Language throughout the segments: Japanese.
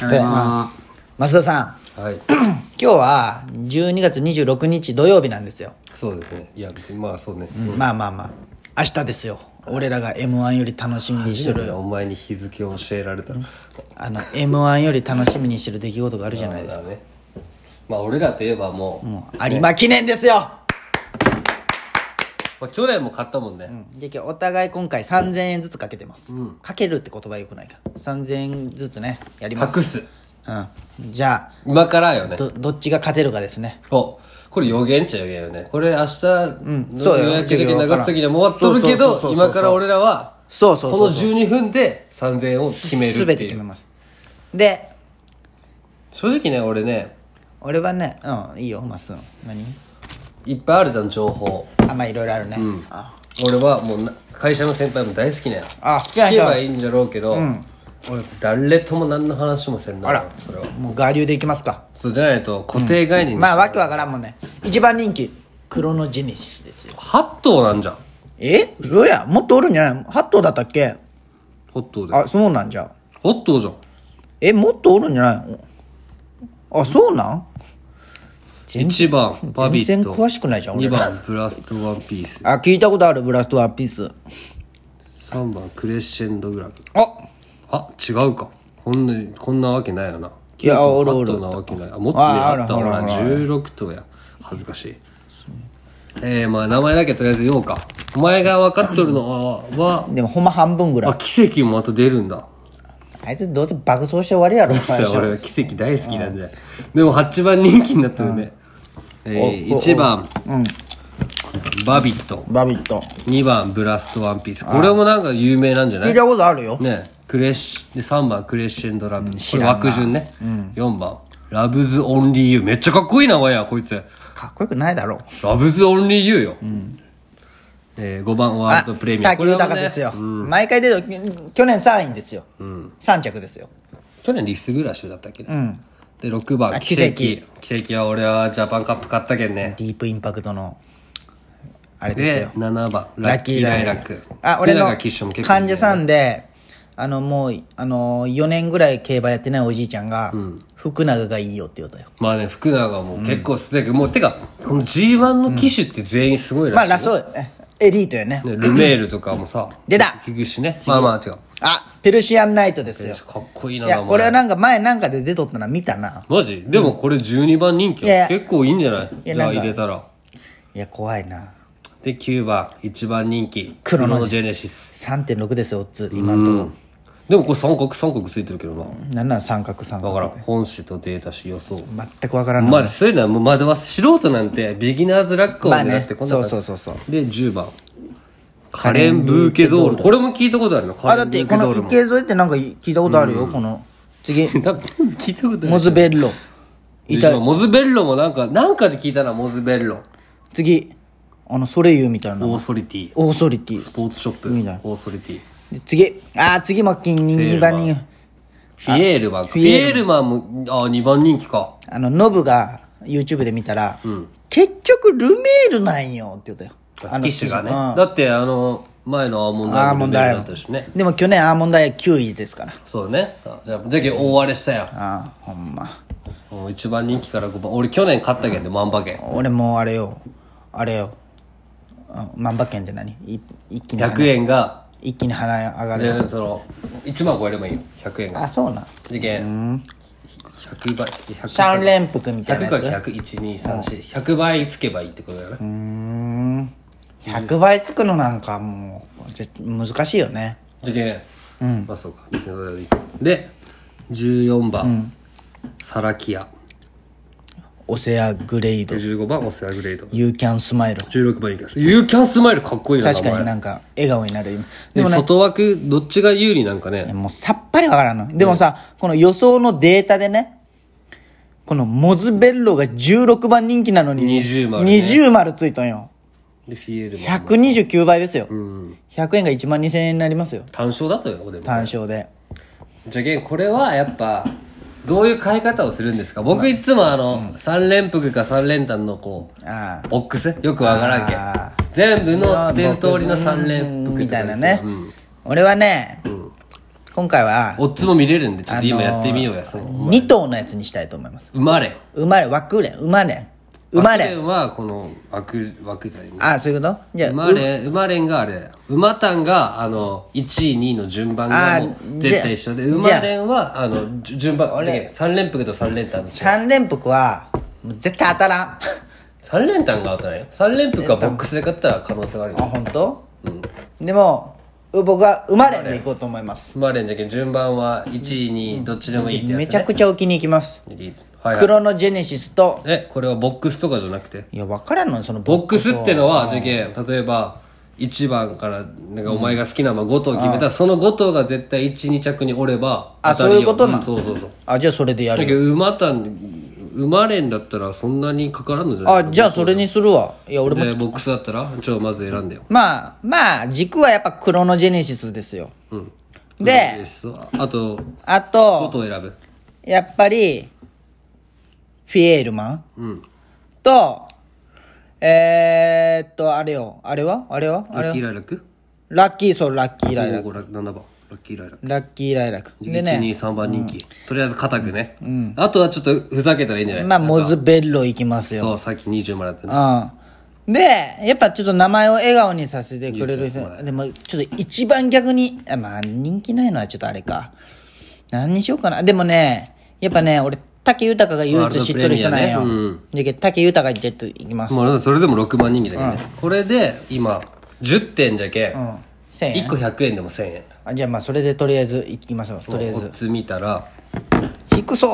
ただいま増田さはいん 今日は12月26日土曜日なんですよ、そうですねいや別にまあそうね、まあまあまあ明日ですよ俺らが m 1より楽しみにしてそれるお前に日付を教えられたら、あの m 1より楽しみにしてる出来事があるじゃないですだかねまあ俺らといえばもう、もう有馬記念ですよまあ、去年も買ったもんね、で今日お互い今回3000円ずつかけてます、かけるって言葉よくないか3000円ずつねやります隠すうんじゃあ今からよねどどっちが勝てるかですねおこれ予言っちゃ予言よねこれ明日んそうよの予約時間流す時にはもう終わっとるそけうそうそうそうそうど今から俺らはそうそうそうそうこの12分で3000円を決めるすっべててい決めうますで正直ね俺ね俺はねうんいいよまっすん何いっぱいあるじゃん情報あまあいろいろあるね、あ俺はもうな会社の先輩も大好きなよあじゃあ聞けじゃばいいんじゃろうけど、俺誰とも何の話もせんなあらそれはもう我流でいきますかそうじゃないと固定概念にまあわけわからんもんね一番人気クロノジェネシスですよ8頭なんじゃんえ嘘やもっとおるんじゃない8頭だったっけ8頭であそうなんじゃ8頭じゃんえもっとおるんじゃないのあそうなん全然1番バビット全然詳しくないじゃん俺2番ブラストワンピースあ聞いたことあるブラストワンピース3番クレッシェンドグラブああ違うかこんなこんなわけないよないやおるお8る頭なわけないあもっと上ああったあほるらあるあ16頭や恥ずかしいえー、まあ名前だけとりあえず言おうかお前が分かっとるのははでもほんま半分ぐらいあ奇跡もまた出るんだあいつどうせ爆走して終わりやろ最そう俺は初奇跡大好きなんででも8番人気になったよね、えー、1番うんバビットバビット2番ブラストワンピースこれもなんか有名なんじゃな聞いいたことあるよねクレッシで3番クレッシェンドラブ、これ枠順ね、4番ラブズオンリーユーめっちゃかっこいい名前やこいつかっこよくないだろラブズオンリーユーよ、えー、5番ワーあルドプレミア卓これ球は高ねですよ毎回出てる去年3位ですよ3着ですよ去年リス・グラシュだったっけ、んで6番あ奇奇跡跡奇跡は俺はジャパンカップ買ったけんねディープインパクトのあれですでよ7番ラッキーライラックあ俺の稲垣一緒も結構患者さんであのもうあの4年ぐらい競馬やってないおじいちゃんが福永がいいよって言うたよまあね福永はもう結構すでけど、もうてかこの G1 の騎手って全員すごいまらあしい、ラストエリートよねねルメールとかもさ出た聞くしねまあまあ違うあペルシアンナイトですよかっこいいないや名前これはなんか前なんかで出とったな見たなマジでもこれ12番人気いやいや結構いいんじゃないいやじゃあなんか入れたらいや怖いなで9番1番人気クロノジジェネシス3.6ですよオッズ今のところでもこれ三角三角ついてるけどななんなら三角三だ角からん本誌とデータ誌予想全くわからんなまあそういうのはもうまだは素人なんてビギナーズラックをまあ狙っねてこんな感じそうそうそうで10番カレンブーケドールこれも聞いたことあるのあカレだっンブてーこケドのールも池沿いってなんか聞いたことあるよこの次多分聞いたことあモるズベッロイタでモズベッロもなんかなんかで聞いたなモズベッロ次あのソレイユみたいなオーソリティオーソリティスポーツショップみたいなオーソリティで次あー次も金2番人フィエールマンフィィエエールマンもあ2番人気かあのノブが YouTube で見たら、結局ルメールなんよって言ったよあのティッシュがねうんだってあの前のアーモンドアアイーモもンルドベルアイだったしねでも去年アーモンドアイ9位ですからそうだねあじゃあじゃけ大荒れしたやあーほんまんもう1番人気から5番俺去年勝ったけんで万馬券俺もうあれよあれよあ万馬券って何い一気に100円が一気に払い上がじるゃあその1万超えればいいよ100円があそうなんじゃけん100倍100三連服みたいな100やかつ101234100倍つけばいいってことだよね100倍つくのなんかもうぜ難しいよねじゃけんまあそうか別にそれでいいで14番サラキアオセアグレイド15番オセアグレード You can smile 16番いきます You can smile かっこいいな確かにななんか笑顔になる今ででもも、ね外枠どっちが有利なんかねもうさっぱりわからんのでもさ、この予想のデータでねこのモズベッロが16番人気なのに20丸ね20丸ついたんよでフィエールも129倍ですよ、100円が1万2000円になりますよ単勝だとよでも単勝でじゃけんこれはやっぱどういう買い方をするんですか僕いつもあの3連服か3連単のこうああボックスよくわからんけあん全部の伝統通りの3連うん服みってたこいとでなすよね、うん俺はね、今回は、オッズも見れるんで、ちょっと今あのーやってみようや、その。 2頭のやつにしたいと思います。生まれん。生まれ、枠連、生まれ、生まれ。んは、この、枠、枠じゃない。ああ、そういうことじゃあ、生まれん、生まれんがあれだよ。馬単が、あの、1位、2位の順番あがーもう絶対一緒で、じゃあ生まれんは、あの、じゅ順番、3連複と3連単ですよ。 3連複は、もう絶対当た らん。あ、 3連単が当たらんよ。3連複はボックスで勝ったら可能性はあるよ。本当？でも、う僕は生まれでいこうと思います。生まれんじゃけん、順番は、1位、2位、どっちでもいいってやつ、ね。めちゃくちゃ置きに行きます。はいはいクロノジェネシスと、え、これはボックスとかじゃなくていや、分からんのよそのボックスってのは、じゃけん、例えば、1番から、なんかお前が好きな馬5頭決めたら、その5頭が絶対1、2着におれば、あ当たりそうよいうことなんんそうそうそう。あ、じゃあそれでやだるけよ。ど、馬単、馬連だったらそんなにかからんのじゃないあ、じゃあそれにするわ。いや、俺も。で、ボックスだったら、ちょ、まず選んでよ。まあ、まあ、軸はやっぱクロノジェネシスですよ。うん。で、そうあと、あ5と、頭選ぶ。やっぱり、フィエールマンうん。と、えー、っと、あれよ。あれはあれはあれラッはキーライラックラッキー、そう、ラッキーライラク。 5、7番。ラッキーライラック。ラッキーライラク。で1、ね、 2、3番人気。とりあえず固くね。あとはちょっとふざけたらいいんじゃないまあ、モズベッロいきますよ。そう、さっき20までだったね。うん。で、やっぱちょっと名前を笑顔にさせてくれる人、でもちょっと一番逆に、あまあ人気ないのはちょっとあれか。何にしようかな。でもね、やっぱね、俺、竹豊が唯一知ってる人なんよ。ワールドプレミだけど竹豊がジェット行きます。まあ、それでも6万人気だけどね。これで、今、10点じゃけ、うん。1000 1円。個100円でも1000円。あじゃあまあそれでとりあえず行きましょう。とりあえオず。ッズ見たら、低そう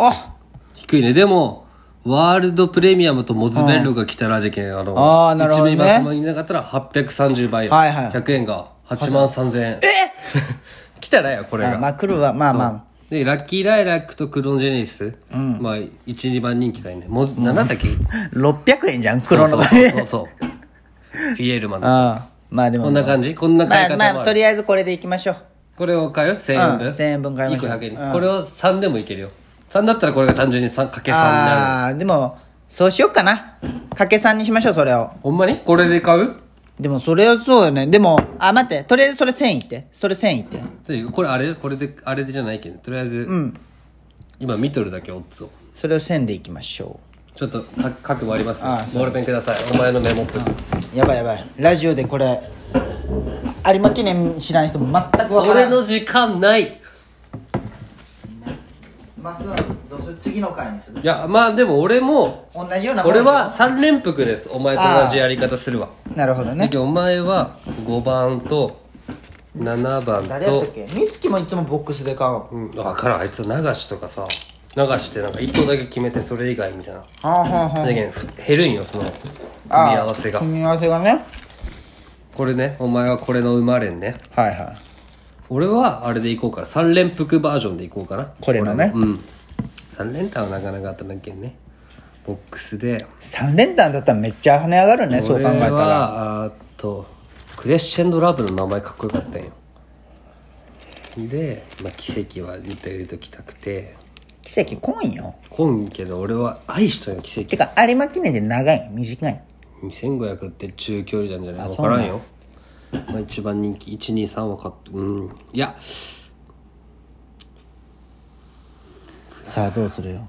低いね。でも、ワールドプレミアムとモズベッロが来たらじゃけん、あの、あーなるほどね1名様になかったら830倍よ。はいはい100円が8万3000円。え 来たらよ、これあが。まあ来るわ、まあまで、ラッキーライラックとクロンジェネシス。まあ、1、2番人気がいいね。モズ、何だったっけあ。600円じゃん、黒のそうそう そうそう。フィエールマンだ。あまあでも。こんな感じこんな買いま方あもある。まあ、とりあえずこれで行きましょう。これを買うよ1000円分、うん1000円分買いましょう1個100円、これを3でもいけるよ3だったらこれが単純に3かけ3になるああーでもそうしよっかな掛け算にしましょうそれをほんまにこれで買うでもそれはそうよねでもあ待ってとりあえずそれ1000いってそれ1000いってというこれあれこれであれでじゃないけどとりあえず、今見とるだけオッズをそれを1000でいきましょちょっとか書くもありますねあーボールペンくださいお前のメモっぽい、うやばいやばいラジオでこれ有馬記念知らない人も全く分から俺ないの時間ないいまっすぐどうする次の回にするやまあでも俺も同じようなもんで俺しょは3連複ですお前と同じやり方するわなるほどだねけどお前は5番と7番誰やっとたっけ美月もいつもボックスで買うはうん、分からんあいつ流しとかさ流しってなんか1個だけ決めてそれ以外みたいなあはあはだけどふ減るんよその組み合あわせが組み合わせがねこれねお前はこれの生まれんねはいはい俺はあれでいこうかな3連複バージョンでいこうかなこれのねうん3連単はなかなか当たらんけんねボックスで3連単だったらめっちゃ跳ね上がるねそう俺考えたらはあーっとクレッシェンドラブの名前かっこよかったんよで、まあ、奇跡は言ってあげときたくて奇跡来んよこんけど俺は愛しとんよ奇跡てか有馬記念で長い短い2500って中距離なんじゃない分からんよ、まあ、一番人気123は買ってうんいやさあどうするよ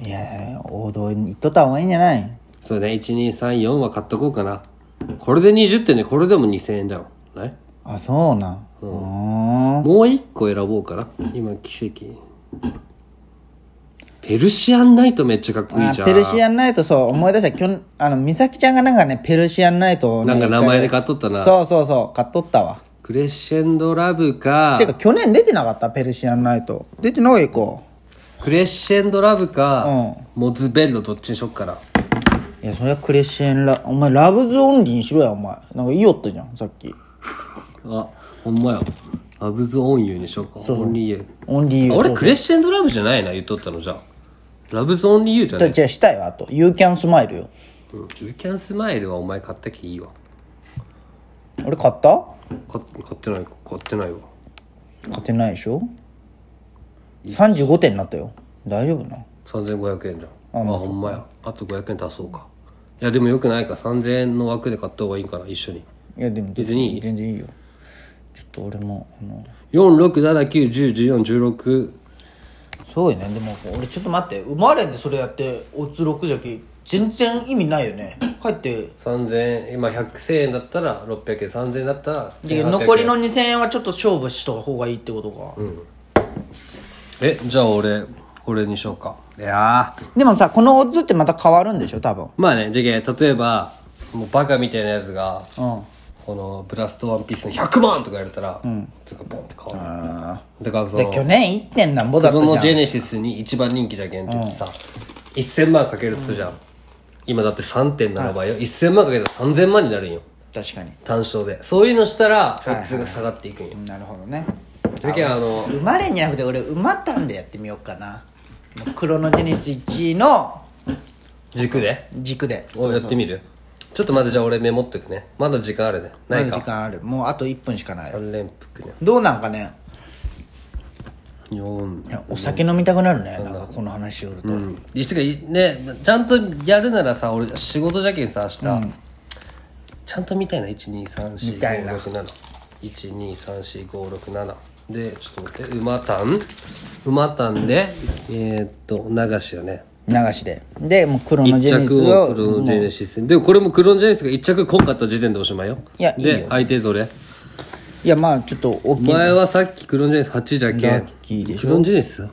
いや王道に行っとった方がいいんじゃないそうね1234は買っとこうかなこれで20点ねこれでも2000円だよないあそうなうんもう1個選ぼうかな今奇跡ペルシアンナイトめっちゃかっこいいあじゃんペルシアンナイトそう思い出したきょんあの美咲ちゃんがなんかねペルシアンナイトをねなんか名前で買っとったなそうそうそう買っとったわクレッシェンドラブかてか去年出てなかったペルシアンナイト出てないかクレッシェンドラブか、うんモズベッロどっちにしよっかないやそれはクレッシェンラお前ラブズオンリーにしろやお前なんかいいよったじゃんさっきあほんまやラブズオンユーにしようかオンリーユーオンリーあ俺クレッシェンドラブじゃないな言っとったのじゃあラブズオンリーユーじゃないじゃあしたいわあと You can smile ようん You can smile はお前買ったきいいわ俺買った買買ってない買ってないわ勝てないでしょ35点になったよ大丈夫な3500円じゃんあほんまやあと500円足そうかいやでもよくないか3000円の枠で買った方がいいんかな一緒にいやでも別に全然いいよちょっと俺もあの4679101416そうよねでも俺ちょっと待って生まれんでそれやってオッズ6じゃき全然意味ないよね帰って3000円今100円だったら600円3000円だったら1800で円残りの2000円はちょっと勝負した方がいいってことか、えじゃあ俺これにしようかいやーでもさこのオッズってまた変わるんでしょ多分まあねじゃけ例えばもうバカみたいなやつがうんこのブラストワンピースの100万とか言われたら、つかボンって変わるだからそでの去年 1. 点なんぼだ子ったじ供ジゃェんネシスに一番人気じゃけんって言ってさ、1000万かけるとするじゃん、今だって3.7倍よ、1000万かけたら3000万になるんよ確かに単勝でそういうのしたらいはいオッズが下がっていくんよ、なるほどねだけどあの生まれんじゃなくて俺生まったんでやってみようかな黒のテニス1位の軸で軸でおやってみるちょっと待ってじゃあ俺メモっとくねまだ時間あるねなまいだ時か間あるもうあと1分しかない3連服ねどうなんかね4いやお酒飲みたくなるねなんかこの話しよると、うんいつかいねちゃんとやるならさ俺仕事じゃけんさ明日、ちゃんと見たいな見たいな123456712345671234567でちょっと待って馬たん馬たんでえー、っと流しよね流しででもう黒の1ジェネシス着をクロをノジェネシスにでもこれもクロノジェネシスが1着こんかった時点でおしまいよいやいいよで相手どれいやまあちょっと大きい前はさっきクロンジェネシス8じゃけラんッキーでしょクロンジェネシス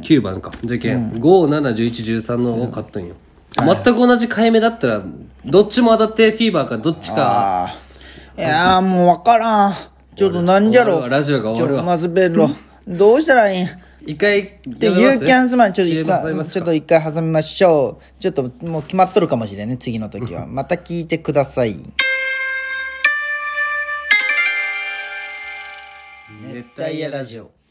9番かじゃけん、571113のを買ったんよ、全く同じ買い目だったらどっちも当たってフィーバーかどっちかあーいやーもう分からんちょっとなんじゃ終わろるわラジオが終わるわちょまずべろどうしたらいいん一回で、ユーキャンスマン、ちょっと一 CM 挟みま回、すちょかっと一回挟みましょう。ちょっともう決まっとるかもしれんね、次の時 は。また聞いてください。熱ダイヤラジオ。